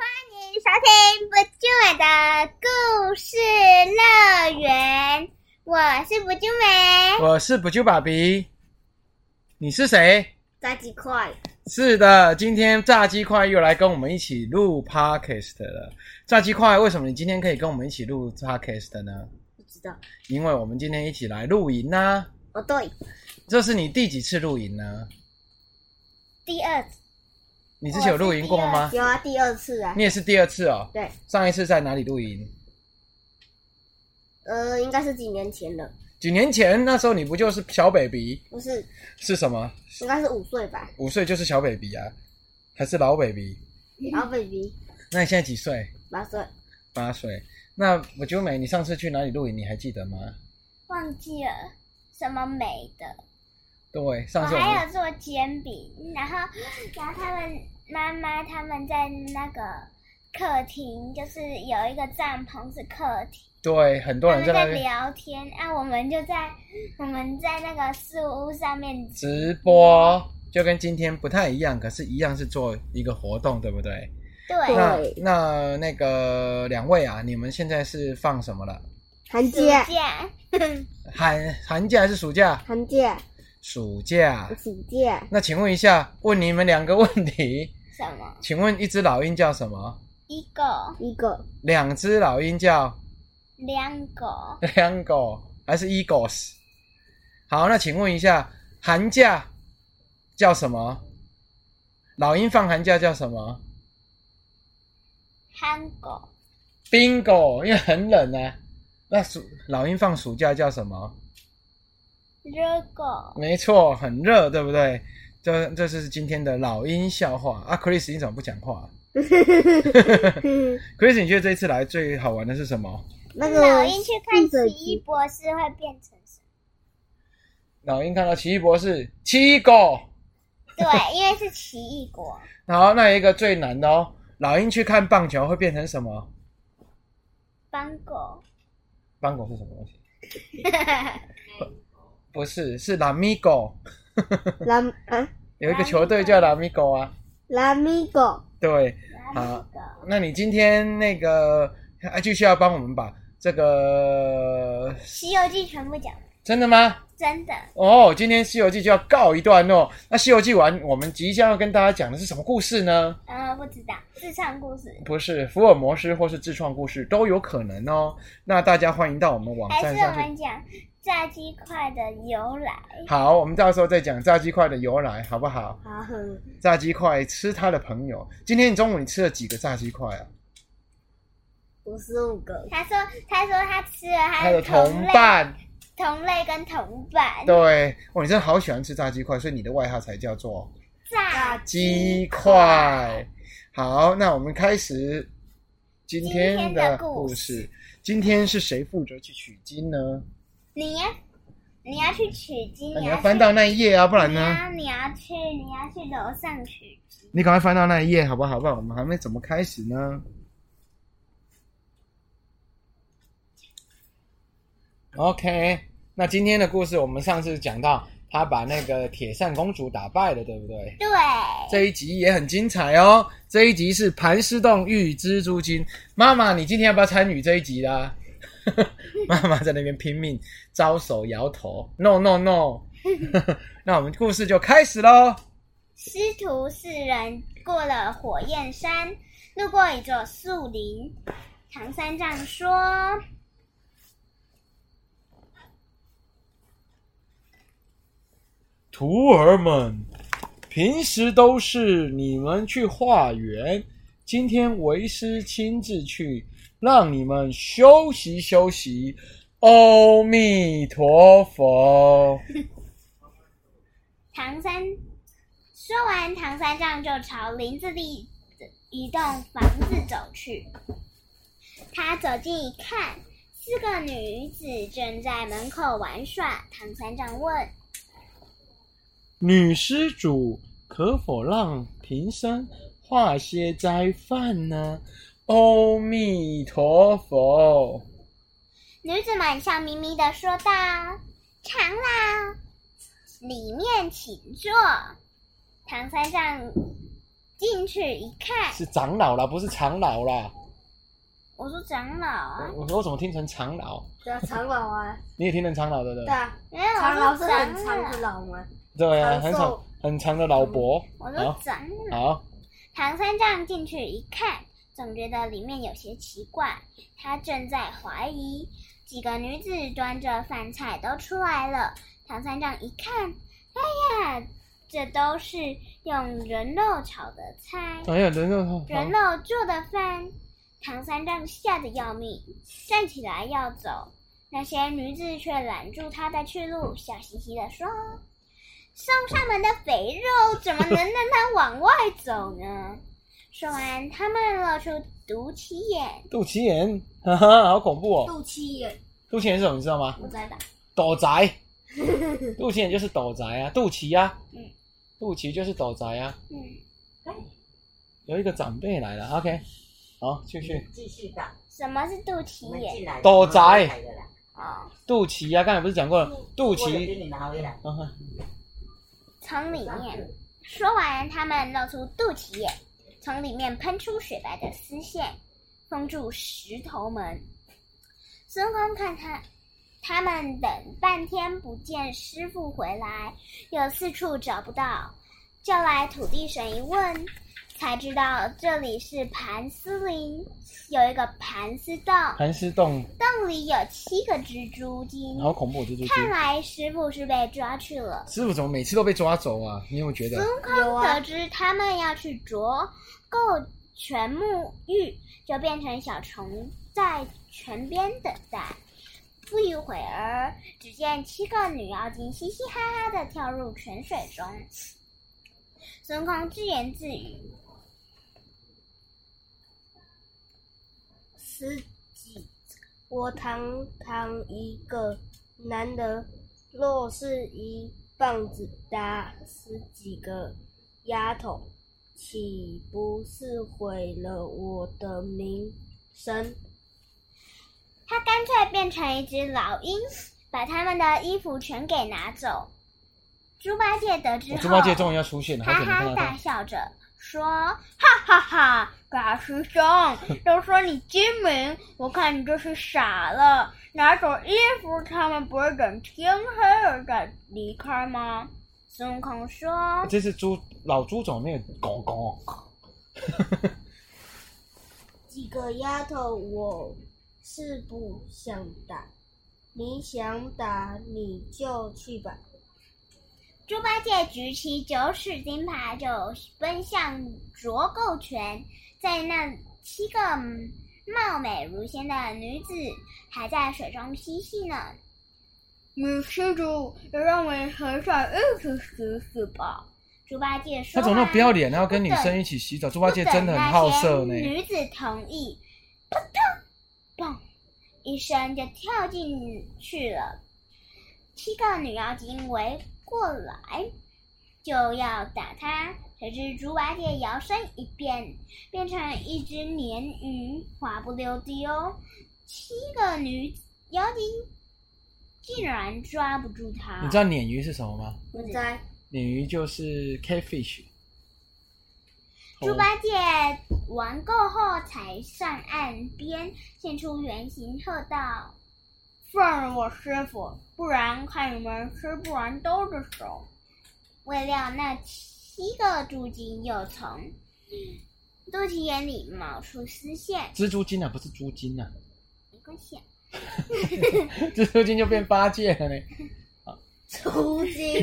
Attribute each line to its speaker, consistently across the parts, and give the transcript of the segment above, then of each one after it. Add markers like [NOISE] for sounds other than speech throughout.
Speaker 1: 收听不俊伟的故事乐园，我是不俊伟。
Speaker 2: 我是不救爸比，你是谁？
Speaker 1: 炸鸡块，
Speaker 2: 是的，今天炸鸡块又来跟我们一起录 podcast 了。炸鸡块，为什么你今天可以跟我们一起录 podcast 呢？
Speaker 1: 不知道
Speaker 2: 因为我们今天一起来露营啦、
Speaker 1: 哦，对，
Speaker 2: 这是你第几次露营呢？
Speaker 1: 第二次，
Speaker 2: 你之前有露营过吗？
Speaker 1: 有啊，第二次啊
Speaker 2: 你，也是第二次哦。
Speaker 1: 对，
Speaker 2: 上一次在哪里露营？
Speaker 1: 呃，应该是几年前了，
Speaker 2: 几年前那时候你不就是小 baby
Speaker 1: 不是，
Speaker 2: 是什么？
Speaker 1: 应该是五岁吧，
Speaker 2: 五岁就是小 baby 啊，还是老 baby？
Speaker 1: 然后 baby
Speaker 2: 那你现在几岁？
Speaker 1: 八岁，
Speaker 2: 八岁。那我就美，你上次去哪里露营？你还记得吗？
Speaker 1: 忘记了什么美的。
Speaker 2: 对，
Speaker 1: 我
Speaker 2: 上次我
Speaker 1: 还有
Speaker 2: 们
Speaker 1: 做煎饼，然后然后他们妈妈他们在那个客厅，就是有一个帐篷是客厅。
Speaker 2: 对很多
Speaker 1: 他
Speaker 2: 人
Speaker 1: 们
Speaker 2: 在那
Speaker 1: 在
Speaker 2: 边
Speaker 1: 聊天，啊，我们就在我们在那个树屋上面，
Speaker 2: 直播，就跟今天不太一样，可是一样是做一个活动，对不对？
Speaker 1: 对，
Speaker 2: 那那那个两位啊，你们现在是放什么了？
Speaker 3: 寒
Speaker 1: 暑
Speaker 3: 假，
Speaker 1: 假，
Speaker 2: 寒寒假还是暑假？
Speaker 3: 寒假，
Speaker 2: 暑假。
Speaker 3: 暑假，
Speaker 2: 那请问一下，问你们两个问题，
Speaker 1: 什么
Speaker 2: 请问一只老鹰叫什么？
Speaker 1: 一狗
Speaker 3: 一个 [LAUGHS]
Speaker 2: 两只老鹰叫
Speaker 1: 两狗
Speaker 2: 两狗还是 eagles？好，那请问一下，寒假叫什么？老鹰放寒假叫什么
Speaker 1: 憨狗
Speaker 2: ？bingo，因为很冷啊。那暑老鹰放暑假叫什么？
Speaker 1: 热狗，
Speaker 2: 没错，很热，对不对？这这是今天的老鹰笑话啊！Chris，你怎么不讲话？Chris，你觉得这一次来最好玩的是什么？
Speaker 3: 那个
Speaker 1: 老鹰去看
Speaker 3: 记者
Speaker 1: 奇异博士会变成什么？
Speaker 2: 老鹰看到奇异博士，奇异狗。
Speaker 1: 对，因为是奇异果，
Speaker 2: 好，那有一个最难的哦，老鹰去看棒球会变成什么？
Speaker 1: 邦
Speaker 2: [LAUGHS]
Speaker 1: 狗，
Speaker 2: 邦狗是什么东西？不是，是拉米狗，
Speaker 3: 拉啊
Speaker 2: 有一个球队叫拉米狗啊。
Speaker 3: 拉米狗，
Speaker 2: 对，
Speaker 1: 哪里狗？
Speaker 2: 那你今天那个啊，继续要帮我们把这个
Speaker 1: 《西游记》全部讲完，
Speaker 2: 真的吗？
Speaker 1: 真的，
Speaker 2: 哦，今天《西游记》就要告一段落。那《西游记》完，我们即将要跟大家讲的是什么故事呢？
Speaker 1: 呃，不知道自创故事，
Speaker 2: 不是福尔摩斯或是自创故事都有可能哦。那大家欢迎到我们网
Speaker 1: 还
Speaker 2: 站
Speaker 1: 是我
Speaker 2: 上哦去。
Speaker 1: 们讲炸鸡块的由来？
Speaker 2: 好，我们到时候再讲炸鸡块的由来，好不好？
Speaker 3: 好哼，
Speaker 2: 炸鸡块吃他的朋友。今天你中午你吃了几个炸鸡块啊？
Speaker 3: 五十五个，
Speaker 1: 他说，他说他吃了他
Speaker 2: 他的
Speaker 1: 的
Speaker 2: 同
Speaker 1: 类
Speaker 2: 伴，
Speaker 1: 同类跟同伴
Speaker 2: 对，哦，你真的好喜欢吃炸鸡块，所以你的外号才叫做
Speaker 1: 炸
Speaker 2: 鸡块。好，那我们开始今
Speaker 1: 今
Speaker 2: 天
Speaker 1: 天的
Speaker 2: 的
Speaker 1: 故
Speaker 2: 故
Speaker 1: 事
Speaker 2: 事。今天是谁负责去取经呢？
Speaker 1: 你要你要去取经，
Speaker 2: 那你
Speaker 1: 要
Speaker 2: 要
Speaker 1: 去
Speaker 2: 翻到那一页啊，不然
Speaker 1: 你
Speaker 2: 呢？
Speaker 1: 要你要去你要去楼上取经。
Speaker 2: 你赶快翻到那一页，好不好？不然我们还没怎么开始呢。OK，那今天的故事，我们上次讲到他把那个铁扇公主打败了，对不对？
Speaker 1: 对，
Speaker 2: 这一集也很精彩哦。这一集是盘丝洞遇蜘蛛精。妈妈，你今天要不要参与这一集啦？ [LAUGHS] 妈妈在那边拼命招手摇头，no no no。那我们故事就开始喽。
Speaker 1: 师徒四人过了火焰山，路过一座树林。唐三藏说
Speaker 2: 徒儿们，平时都是你们去化缘，今天为师亲自去，让你们休息休息。阿弥陀佛。：“
Speaker 1: 唐三。”说完，唐三藏就朝林子里的一栋房子走去。他走近一看，四个女子正在门口玩耍。唐三藏问：“
Speaker 2: 女施主可否让贫僧化些斋饭呢？阿弥陀佛。
Speaker 1: 女子们笑眯眯的说道：“长老，里面请坐。”唐三藏进去一看，
Speaker 2: 是长老啦，不是长老啦。
Speaker 1: 我说长老啊，
Speaker 2: 我我怎么听成长老？
Speaker 3: 对啊，长老啊，
Speaker 2: 你也听成长老的对不
Speaker 3: 对
Speaker 2: 对？
Speaker 3: 啊，
Speaker 1: 没有，我
Speaker 3: 长老是
Speaker 1: 说
Speaker 3: 很
Speaker 1: 长
Speaker 3: 长的
Speaker 1: 老，啊
Speaker 3: 老吗？
Speaker 2: 对啊，
Speaker 3: 长寿
Speaker 2: 很长很长的老伯。
Speaker 1: 我
Speaker 2: 好
Speaker 1: 说长老。
Speaker 2: 好，
Speaker 1: 唐三藏进去一看，总觉得里面有些奇怪。他正在怀疑，几个女子端着饭菜都出来了。唐三藏一看，哎呀，这都是用人肉炒的菜，
Speaker 2: 哎呀，人肉
Speaker 1: 人肉做的饭。唐三藏吓得要命，站起来要走，那些女子却拦住他的去路，笑嘻嘻地说：“送上门的肥肉怎么能让他往外走呢？”说完，他们露出毒气眼。
Speaker 2: 肚脐眼， [LAUGHS] 哈哈，好恐怖哦！
Speaker 3: 肚脐眼，
Speaker 2: 肚脐眼是什么，你知道吗？
Speaker 3: 我在打。
Speaker 2: 斗宅，肚脐眼就是斗宅啊，肚脐啊，
Speaker 1: 嗯
Speaker 2: 肚脐就是斗宅啊。
Speaker 1: 嗯，
Speaker 2: 有一个长辈来了，OK，好，继续。
Speaker 4: 继续吧，
Speaker 1: 什么是肚
Speaker 4: 我
Speaker 1: 脐
Speaker 4: 们
Speaker 1: 眼？
Speaker 4: 进来。
Speaker 2: 斗宅
Speaker 1: 哦，
Speaker 2: 肚脐啊，刚才不是讲过了，肚
Speaker 4: 我有给
Speaker 2: 脐。
Speaker 4: 你拿回来。
Speaker 2: 啊
Speaker 1: 从里面。说完，他们露出肚脐眼，从里面喷出雪白的丝线，封住石头门。孙悟空看他，他们等半天不见师傅回来，又四处找不到，叫来土地神一问，才知道这里是盘丝林，有一个盘丝洞，
Speaker 2: 盘丝洞，
Speaker 1: 洞里有七个蜘蛛精。
Speaker 2: 好恐怖，蜘蛛精。
Speaker 1: 看来师傅是被抓去了。
Speaker 2: 师傅怎么每次都被抓走啊？你有没有觉得？
Speaker 1: 孙悟
Speaker 3: 有
Speaker 1: 空
Speaker 3: 啊
Speaker 1: 得知他们要去啄购全木玉，就变成小虫在泉边等待。不一会儿，只见七个女妖精嘻嘻哈哈的跳入泉水中。孙悟空自言自语：“
Speaker 3: 十几，我堂堂一个男人，若是一棒子打死几个丫头，岂不是毁了我的名声？
Speaker 1: 他干脆变成一只老鹰，把他们的衣服全给拿走。”猪八戒得知
Speaker 2: 我
Speaker 1: 后，
Speaker 2: 哦猪八戒终于要出现了，好
Speaker 1: 哈
Speaker 2: 久没看
Speaker 1: 哈
Speaker 2: 到
Speaker 1: 大
Speaker 2: 他。
Speaker 1: 笑着说：“哈哈哈，大师兄，都说你精明，我看你就是傻了。拿走衣服，他们不会等天黑了再离开吗？”孙悟空说
Speaker 2: 这是猪老猪总那个狗狗哦，
Speaker 3: 几个丫头，我是不想打，你想打你就去吧。：“
Speaker 1: 猪八戒举起九齿金耙，就奔向卓构泉，在那七个貌美如仙的女子还在水中嬉戏呢。”女施主，让我们和尚一起洗洗吧。猪八戒说完：“
Speaker 2: 他怎么那么不要脸，然后跟女生一起洗澡？猪八戒真的很好色
Speaker 1: 不等那些
Speaker 2: 呢。
Speaker 1: 女子同意，扑通，嘣一声就跳进去了。七个女妖精围过来，就要打他。谁知猪八戒摇身一变，变成一只鲶鱼，滑不溜丢。七个女妖精竟然抓不住他。
Speaker 2: 你知道鲶鱼是什么吗？
Speaker 3: 我在
Speaker 2: 鲶鱼就是 catfish。
Speaker 1: 猪八戒玩够后才上岸边，现出原形，喝道：“放了我师傅，不然看你们吃不完兜着走。”未料那七个猪精又从肚脐眼里冒出丝
Speaker 2: [LAUGHS]
Speaker 1: 线，
Speaker 2: 蜘蛛精啊，不是猪精啊， [LAUGHS]
Speaker 1: 没关系啊，
Speaker 2: 蜘蛛精就变八戒了呢。
Speaker 1: 嗯
Speaker 3: 出金，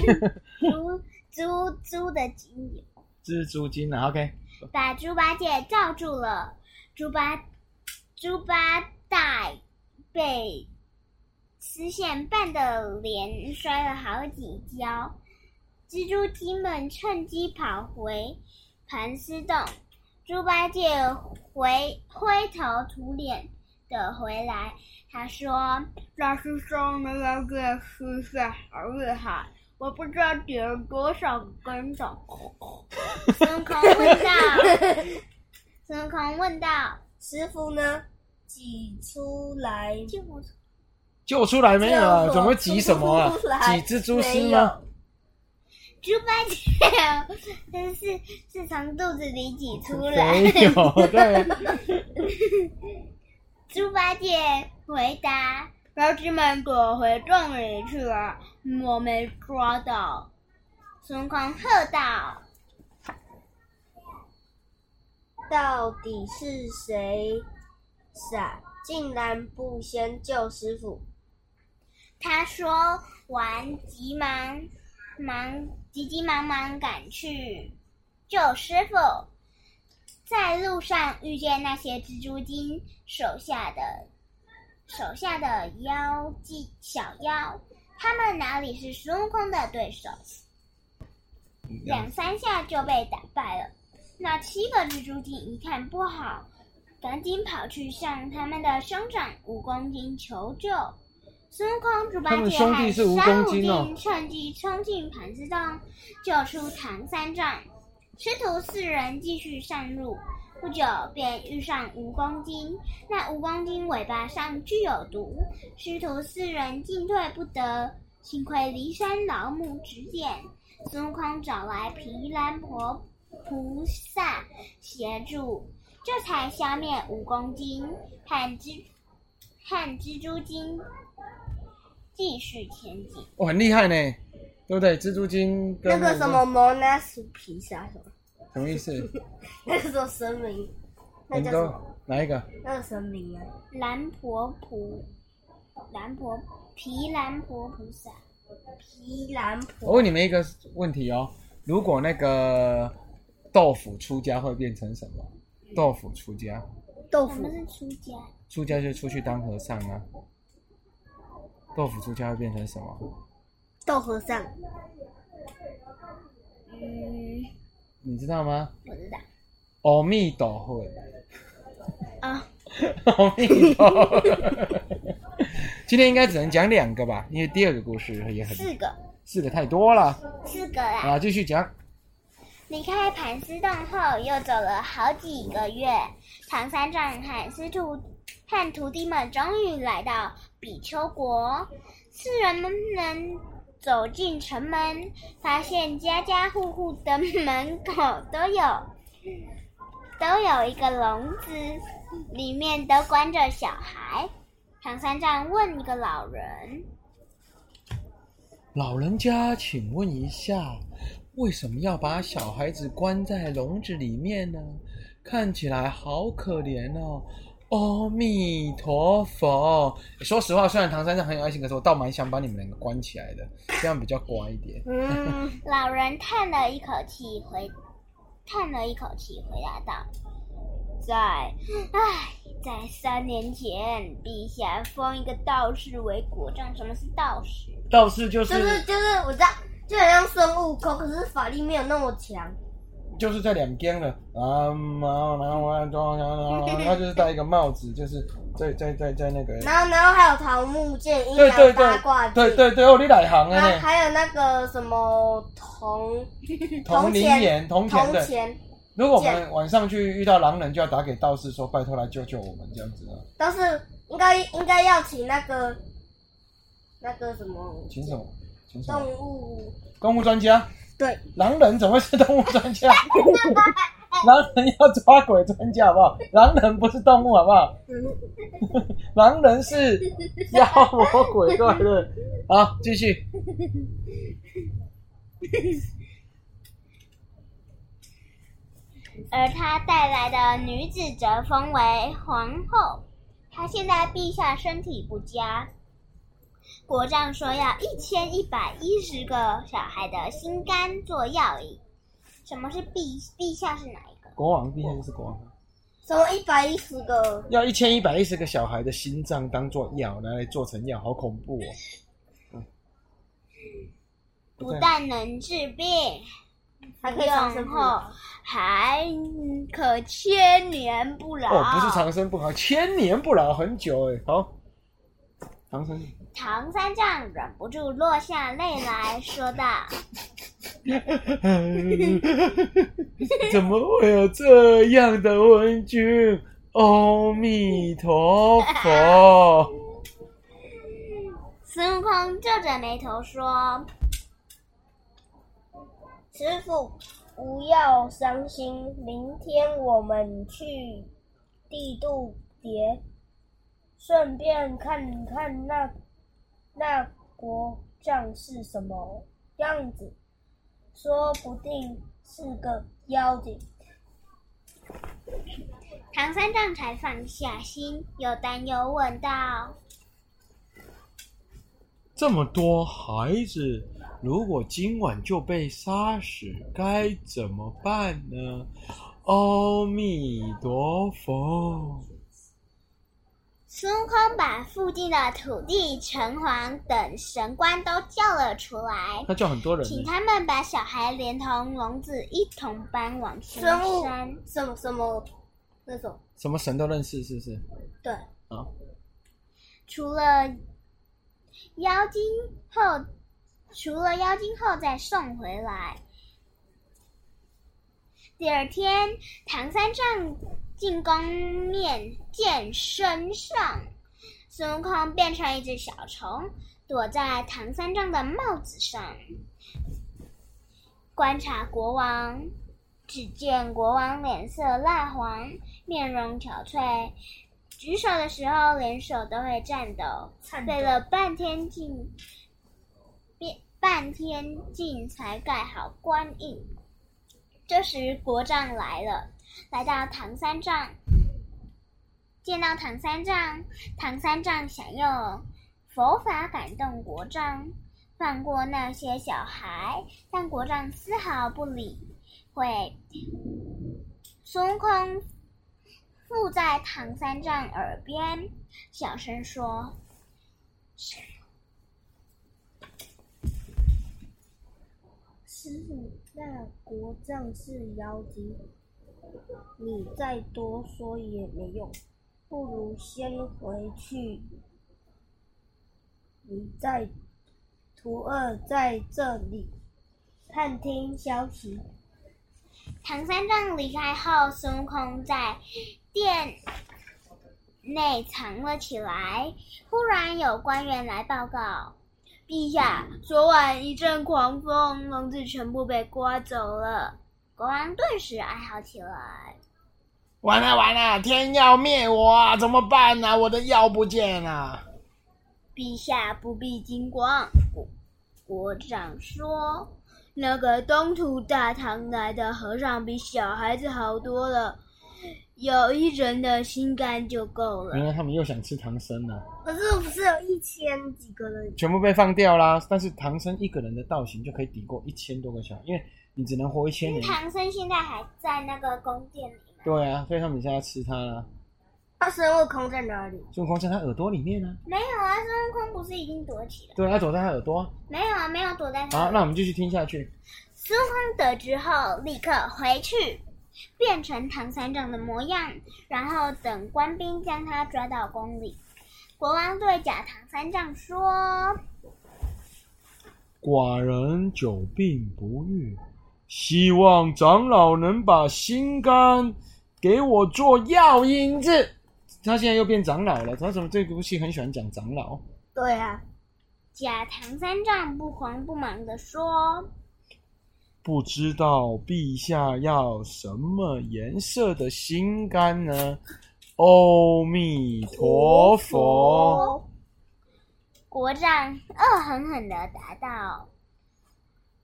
Speaker 1: 猪猪猪的精油
Speaker 2: 蜘蛛精啊，OK，
Speaker 1: 把猪八戒罩住了，猪八猪八大被丝线绊得连摔了好几跤。蜘蛛精们趁机跑回盘丝洞，猪八戒回灰头土脸的回来，他说：“大师兄，那个这丝线好厉害，我不知道点了多少根的。”孙悟空问道：“孙悟空问道，
Speaker 3: 师傅呢？挤出来
Speaker 1: 救我出
Speaker 2: 救出来没有啊？
Speaker 3: 救我
Speaker 2: 怎么会挤什么啊
Speaker 3: 出？来
Speaker 2: 挤蜘蛛丝吗？
Speaker 1: 猪八戒， [LAUGHS] 真是是从肚子里挤出来。
Speaker 2: 没有，
Speaker 3: [LAUGHS]
Speaker 2: 对，
Speaker 1: 猪八戒回答：“老子们躲回洞里去了，我没抓到。”孙悟空喝道
Speaker 3: 到底是谁傻，竟然不先救师傅？：“
Speaker 1: 他说完，急忙忙急急忙忙赶去救师傅。”在路上遇见那些蜘蛛精手下的手下的妖精小妖，他们哪里是孙悟空的对手？两三下就被打败了。那七个蜘蛛精一看不好，赶紧跑去向他们的兄长蜈蚣精求救。孙悟空、猪八
Speaker 2: 他们
Speaker 1: 戒
Speaker 2: 兄弟
Speaker 1: 和
Speaker 2: 是
Speaker 1: 三
Speaker 2: 蜈
Speaker 1: 武
Speaker 2: 蚣精哦
Speaker 1: 精趁机冲进盘丝洞，救出唐三藏。师徒四人继续上路，不久便遇上蜈蚣精。那蜈蚣精尾巴上具有毒，师徒四人进退不得。幸亏骊山老母指点，孙悟空找来毗蓝婆菩萨协助，这才消灭蜈蚣精和蜘和蜘蛛精，继续前进。
Speaker 2: 我很厉害呢，对不对？蜘蛛精
Speaker 3: 那
Speaker 2: 跟
Speaker 3: 个什么蒙纳斯皮杀手，
Speaker 2: 什么意思？
Speaker 3: [LAUGHS] 那个什么神明， [LAUGHS] 那
Speaker 2: 你们
Speaker 3: 叫什
Speaker 2: 都
Speaker 3: 么？
Speaker 2: 哪一个？
Speaker 3: 那个神明啊，
Speaker 1: 蓝婆菩蓝婆毗蓝婆菩萨，
Speaker 3: 皮兰婆。
Speaker 2: 我问你们一个问题哦，如果那个豆腐出家会变成什么？豆腐出家，
Speaker 3: 豆
Speaker 1: 什
Speaker 3: 腐
Speaker 1: 么是出家？
Speaker 2: 出家就出去当和尚啊。豆腐出家会变成什么？
Speaker 3: 豆和尚，
Speaker 1: 嗯，
Speaker 2: 你知道吗？
Speaker 1: 不知道
Speaker 2: 阿弥陀佛，
Speaker 1: 啊、
Speaker 2: [LAUGHS] 阿弥陀佛。今天应该只能讲两个吧，因为第二个故事也很
Speaker 1: 四个，
Speaker 2: 四个太多了
Speaker 1: 四个啦。
Speaker 2: 啊，继续讲。
Speaker 1: 离开盘丝洞后，又走了好几个月，唐三藏和师徒和徒弟们终于来到比丘国。四人们走进城门，发现家家户户的门口都有都有一个笼子，里面都关着小孩。唐三藏问一个老人
Speaker 2: 老人家，请问一下，为什么要把小孩子关在笼子里面呢？看起来好可怜哦。阿弥陀佛。说实话，虽然唐三藏很有爱心，可是我倒蛮想把你们两个关起来的，这样比较乖一点。
Speaker 3: 嗯，：“
Speaker 1: 老人叹了一口气，回叹了一口气，回答道。”
Speaker 3: 在
Speaker 1: 唉，在三年前，陛下封一个道士为国丈。什么是道士？
Speaker 2: 道士就
Speaker 3: 就是就是我知道，就很像孙悟空，可是法力没有那么强。
Speaker 2: 就是这两边了啊，然后然后然后然后然后啊就是戴一个帽子，就是在在在在那个，
Speaker 3: 然后然后还有桃木剑、阴
Speaker 2: 对对对
Speaker 3: 阳八卦镜，
Speaker 2: 对对对，哦，你哪行啊？
Speaker 3: 还
Speaker 2: 呢？
Speaker 3: 还有那个什么
Speaker 2: [LAUGHS]
Speaker 3: 铜
Speaker 2: 铜铃眼，铜钱
Speaker 3: 铜
Speaker 2: 的。
Speaker 3: 钱，
Speaker 2: 如果我们晚上去遇到狼人，就要打给道士说：“拜托来救救我们。”这样子啊，
Speaker 3: 都是应该应该要请那个那个什么
Speaker 2: 请什么？请什么？
Speaker 3: 动物
Speaker 2: 公务专家？
Speaker 3: 对，
Speaker 2: 狼人怎么会是动物专
Speaker 3: [LAUGHS]
Speaker 2: 家？狼人要抓鬼专家好不好？狼人不是动物好不好？
Speaker 3: 嗯，
Speaker 2: [LAUGHS] 狼人是妖魔鬼怪
Speaker 3: [LAUGHS]
Speaker 2: 的。好，继续。
Speaker 1: 而他带来的女子则封为皇后。他现在陛下身体不佳，国丈说要一千一百一十个小孩的心肝做药引。什么是陛陛下是哪一个？
Speaker 2: 国王毕竟是国王，
Speaker 3: 什么一百一十个，
Speaker 2: 要一千一百一十个小孩的心脏当做药，拿来做成药，好恐怖哦！嗯
Speaker 1: 不但能治病，
Speaker 3: 还可以长
Speaker 1: 用
Speaker 3: 生不
Speaker 1: 后
Speaker 3: 老。
Speaker 1: 还可千年不老。
Speaker 2: 哦，不是长生不老，千年不老很久哎。好，长
Speaker 1: [LAUGHS]
Speaker 2: 生
Speaker 1: 唐三藏忍不住落下泪来说道
Speaker 2: 怎么会有这样的文君？阿弥陀
Speaker 1: [LAUGHS]
Speaker 2: 佛！：“
Speaker 1: 孙悟空皱着眉头说，
Speaker 3: 师傅，不要伤心，明天我们去地渡蝶，顺便看看那那国将是什么样子，说不定是个妖精。
Speaker 1: 唐三藏才放下心，又担忧问道
Speaker 2: 这么多孩子，如果今晚就被杀死，该怎么办呢？阿弥陀佛。：“
Speaker 1: 孙悟空把附近的土地、城隍等神官都叫了出来，
Speaker 2: 那就很多人
Speaker 1: 请
Speaker 2: 呢。
Speaker 1: 他们把小孩连同笼子一同搬往深
Speaker 3: 生物
Speaker 1: 山。
Speaker 3: 什么什么那种，
Speaker 2: 什么神都认识，是不是？
Speaker 3: 对，
Speaker 2: 啊，
Speaker 1: 除了妖精后，除了妖精后再送回来。第二天，唐三藏进宫面见圣上，孙悟空变成一只小虫，躲在唐三藏的帽子上，观察国王。只见国王脸色蜡黄，面容憔悴，举手的时候连手都会颤抖，
Speaker 3: 颤
Speaker 1: 费了半天劲，变半天劲才盖好官印。这时国丈来了，来到唐三藏，见到唐三藏，唐三藏想用佛法感动国丈，放过那些小孩，但国丈丝毫不理会。孙悟空附在唐三藏耳边，小声说：“
Speaker 3: 师傅，那国丈是妖精，你再多说也没用，不如先回去。你在徒二在这里探听消息，
Speaker 1: 唐三藏离开后，孙悟空在殿内藏了起来。忽然有官员来报告：“陛下，昨晚一阵狂风，笼子全部被刮走了。”国王顿时哀嚎起来。
Speaker 2: 完了完了，天要灭我啊！怎么办呢、我的药不见了、
Speaker 1: 陛下不必惊慌，国国长说，那个东土大唐来的和尚比小孩子好多了，有一人的心肝就够了。
Speaker 2: 原来他们又想吃唐僧了、
Speaker 3: 可是不是有一千几个人？
Speaker 2: 全部被放掉啦。但是唐僧一个人的道行就可以抵过一千多个小孩，因为你只能活一千年。
Speaker 1: 唐僧现在还在那个宫殿里吗？
Speaker 2: 对啊，所以他们现在要吃他啦。
Speaker 3: 那孙悟空在哪里？
Speaker 2: 孙悟空在他耳朵里面啊，
Speaker 1: 没有啊，孙悟空不是已经躲起来？
Speaker 2: 对，啊他躲在他耳朵。
Speaker 1: 没有啊，没有躲在
Speaker 2: 好，
Speaker 1: 他。
Speaker 2: 那我们继续听下去。
Speaker 1: 孙悟空得知后，立刻回去，变成唐三藏的模样，然后等官兵将他抓到宫里。国王对假唐三藏说
Speaker 2: 寡人久病不愈，希望长老能把心肝给我做药引子。他现在又变长老了，他怎么这部戏很喜欢讲长老？
Speaker 3: 对啊，：“
Speaker 1: 假唐三藏不慌不忙地说，
Speaker 2: 不知道陛下要什么颜色的心肝呢？阿弥陀佛。
Speaker 1: 国丈恶狠狠地答道：“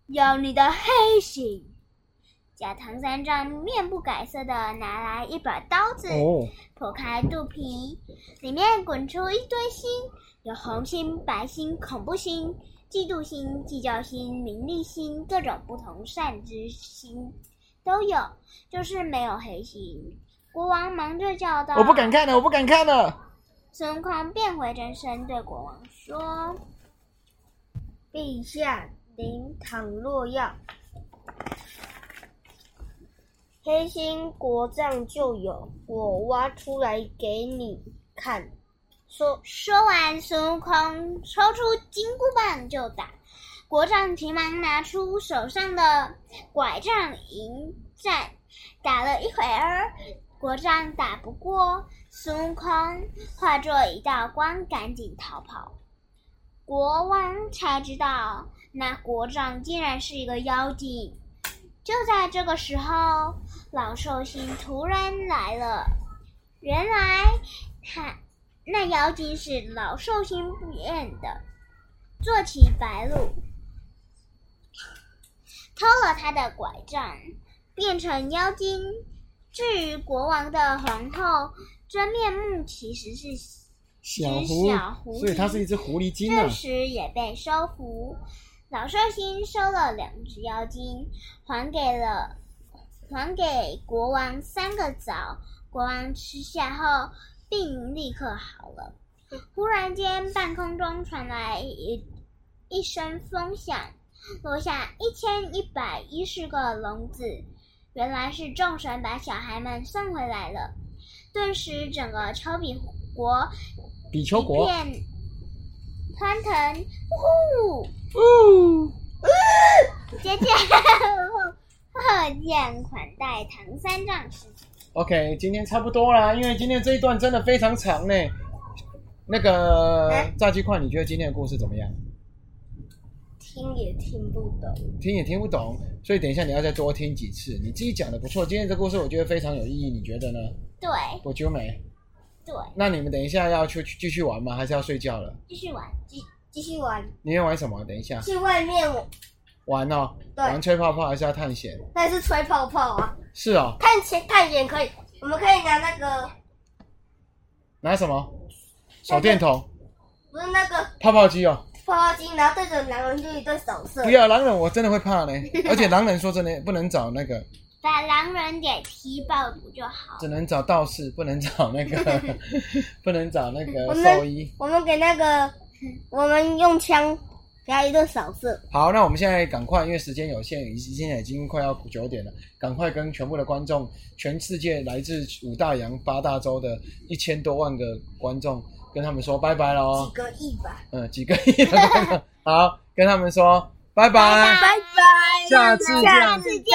Speaker 1: 要你的黑心！”假唐三藏面不改色地拿来一把刀子，
Speaker 2: 哦，
Speaker 1: 剖开肚皮，里面滚出一堆心，有红心、白心、恐怖心、嫉妒心、计较心、名利心，各种不同善之心都有，就是没有黑心。国王忙着叫道：“
Speaker 2: 我不敢看了，我不敢看了。
Speaker 1: 孙悟空变回真身，对国王说
Speaker 3: 陛下，您倘若要黑心国丈就有，我挖出来给你看。说：“
Speaker 1: 说完，孙悟空抽出金箍棒就打。国丈急忙拿出手上的拐杖迎战，打了一会儿，国丈打不过孙悟空，化作一道光赶紧逃跑。国王才知道，那国丈竟然是一个妖精，就在这个时候，老寿星突然来了。原来他那妖精是老寿星变的，坐骑白鹿偷了他的拐杖，变成妖精。至于国王的皇后，真面目其实是
Speaker 2: 小
Speaker 1: 只
Speaker 2: 狐，
Speaker 1: 小狐
Speaker 2: 所以它
Speaker 1: 狸
Speaker 2: 是一只狐狸精
Speaker 1: 这
Speaker 2: 啊。
Speaker 1: 时也被收服。老寿星收了两只妖精，还给了还给国王三个枣。国王吃下后，病立刻好了。忽然间，半空中传来一一声风响，落下一千一百一十个笼子。原来是众神把小孩们送回来了。顿时，整个丘比国
Speaker 2: 比丘
Speaker 1: 一
Speaker 2: 国，
Speaker 1: 片欢腾，呜呼，
Speaker 2: 哦，
Speaker 1: 接见贺见款待唐三藏时，
Speaker 2: OK，今天差不多啦，因为今天这一段真的非常长呢。那个
Speaker 3: 哎
Speaker 2: 炸鸡块，你觉得今天的故事怎么样？
Speaker 3: 听也听不懂。
Speaker 2: 听也听不懂，所以等一下你要再多听几次。你自己讲的不错，今天这故事我觉得非常有意义，你觉得呢？
Speaker 1: 对
Speaker 2: 我觉得没。
Speaker 1: 对，
Speaker 2: 那你们等一下要去继续玩吗？还是要睡觉了？
Speaker 1: 继续玩，
Speaker 3: 继继续玩，
Speaker 2: 你要玩什么？等一下
Speaker 3: 去外面玩，
Speaker 2: 玩哦，
Speaker 3: 对
Speaker 2: 玩吹泡泡还是要探险？
Speaker 3: 那是吹泡泡啊。
Speaker 2: 是哦，
Speaker 3: 探险探险可以，我们可以拿那个，
Speaker 2: 拿什么？手电筒、
Speaker 3: 不是那个
Speaker 2: 泡泡机哦。
Speaker 3: 泡泡机，然后对着狼人就一对手射
Speaker 2: 不。要狼人，我真的会怕
Speaker 3: [LAUGHS]
Speaker 2: 呢。而且狼人说真的不能找那个，
Speaker 1: 把狼人给踢爆不就好？
Speaker 2: 只能找道士，不能找那
Speaker 3: [LAUGHS]
Speaker 2: 个，不能找那
Speaker 3: 我
Speaker 2: 个
Speaker 3: 们
Speaker 2: 兽医。
Speaker 3: 我们给那个，我们用枪给他一顿扫射。
Speaker 2: 好，那我们现在赶快，因为时间有限，已经现在已经快要九点了，赶快跟全部的观众，全世界来自五大洋八大洲的一千多万个观众，跟他们说拜拜喽
Speaker 3: 几。个亿吧。
Speaker 2: 嗯，几个亿的观众，好，跟他们说拜拜，
Speaker 1: 拜
Speaker 3: 拜
Speaker 2: 下次见
Speaker 1: 下次见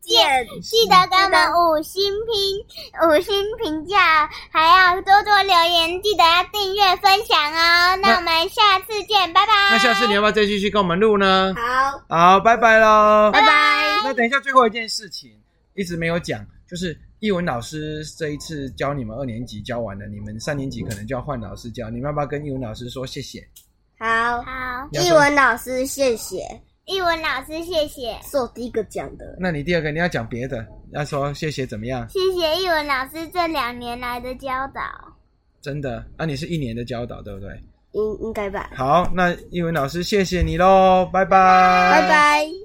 Speaker 1: 见，记得给我们五星评五星评价，还要多多留言，记得要订阅分享哦。那我们下次见，拜拜。
Speaker 2: 那下次你要不要再继续跟我们录呢？
Speaker 3: 好，
Speaker 2: 好，拜拜喽，
Speaker 3: 拜拜。
Speaker 2: 那等一下，最后一件事情一直没有讲，就是译文老师这一次教你们二年级教完了，你们三年级可能就要换老师教，你们要不要跟译文老师说谢谢？
Speaker 3: 好，
Speaker 1: 好，
Speaker 2: 你要说
Speaker 3: 译文老师，谢谢，
Speaker 1: 译文老师，谢谢。
Speaker 3: 是我第一个讲的。
Speaker 2: 那你第二个你要讲别的，要说谢谢怎么样？
Speaker 1: 谢谢译文老师这两年来的教导，
Speaker 2: 真的啊，你是一年的教导对不对？
Speaker 3: 应应该吧。
Speaker 2: 好，那译文老师谢谢你喽，拜拜，
Speaker 3: 拜拜。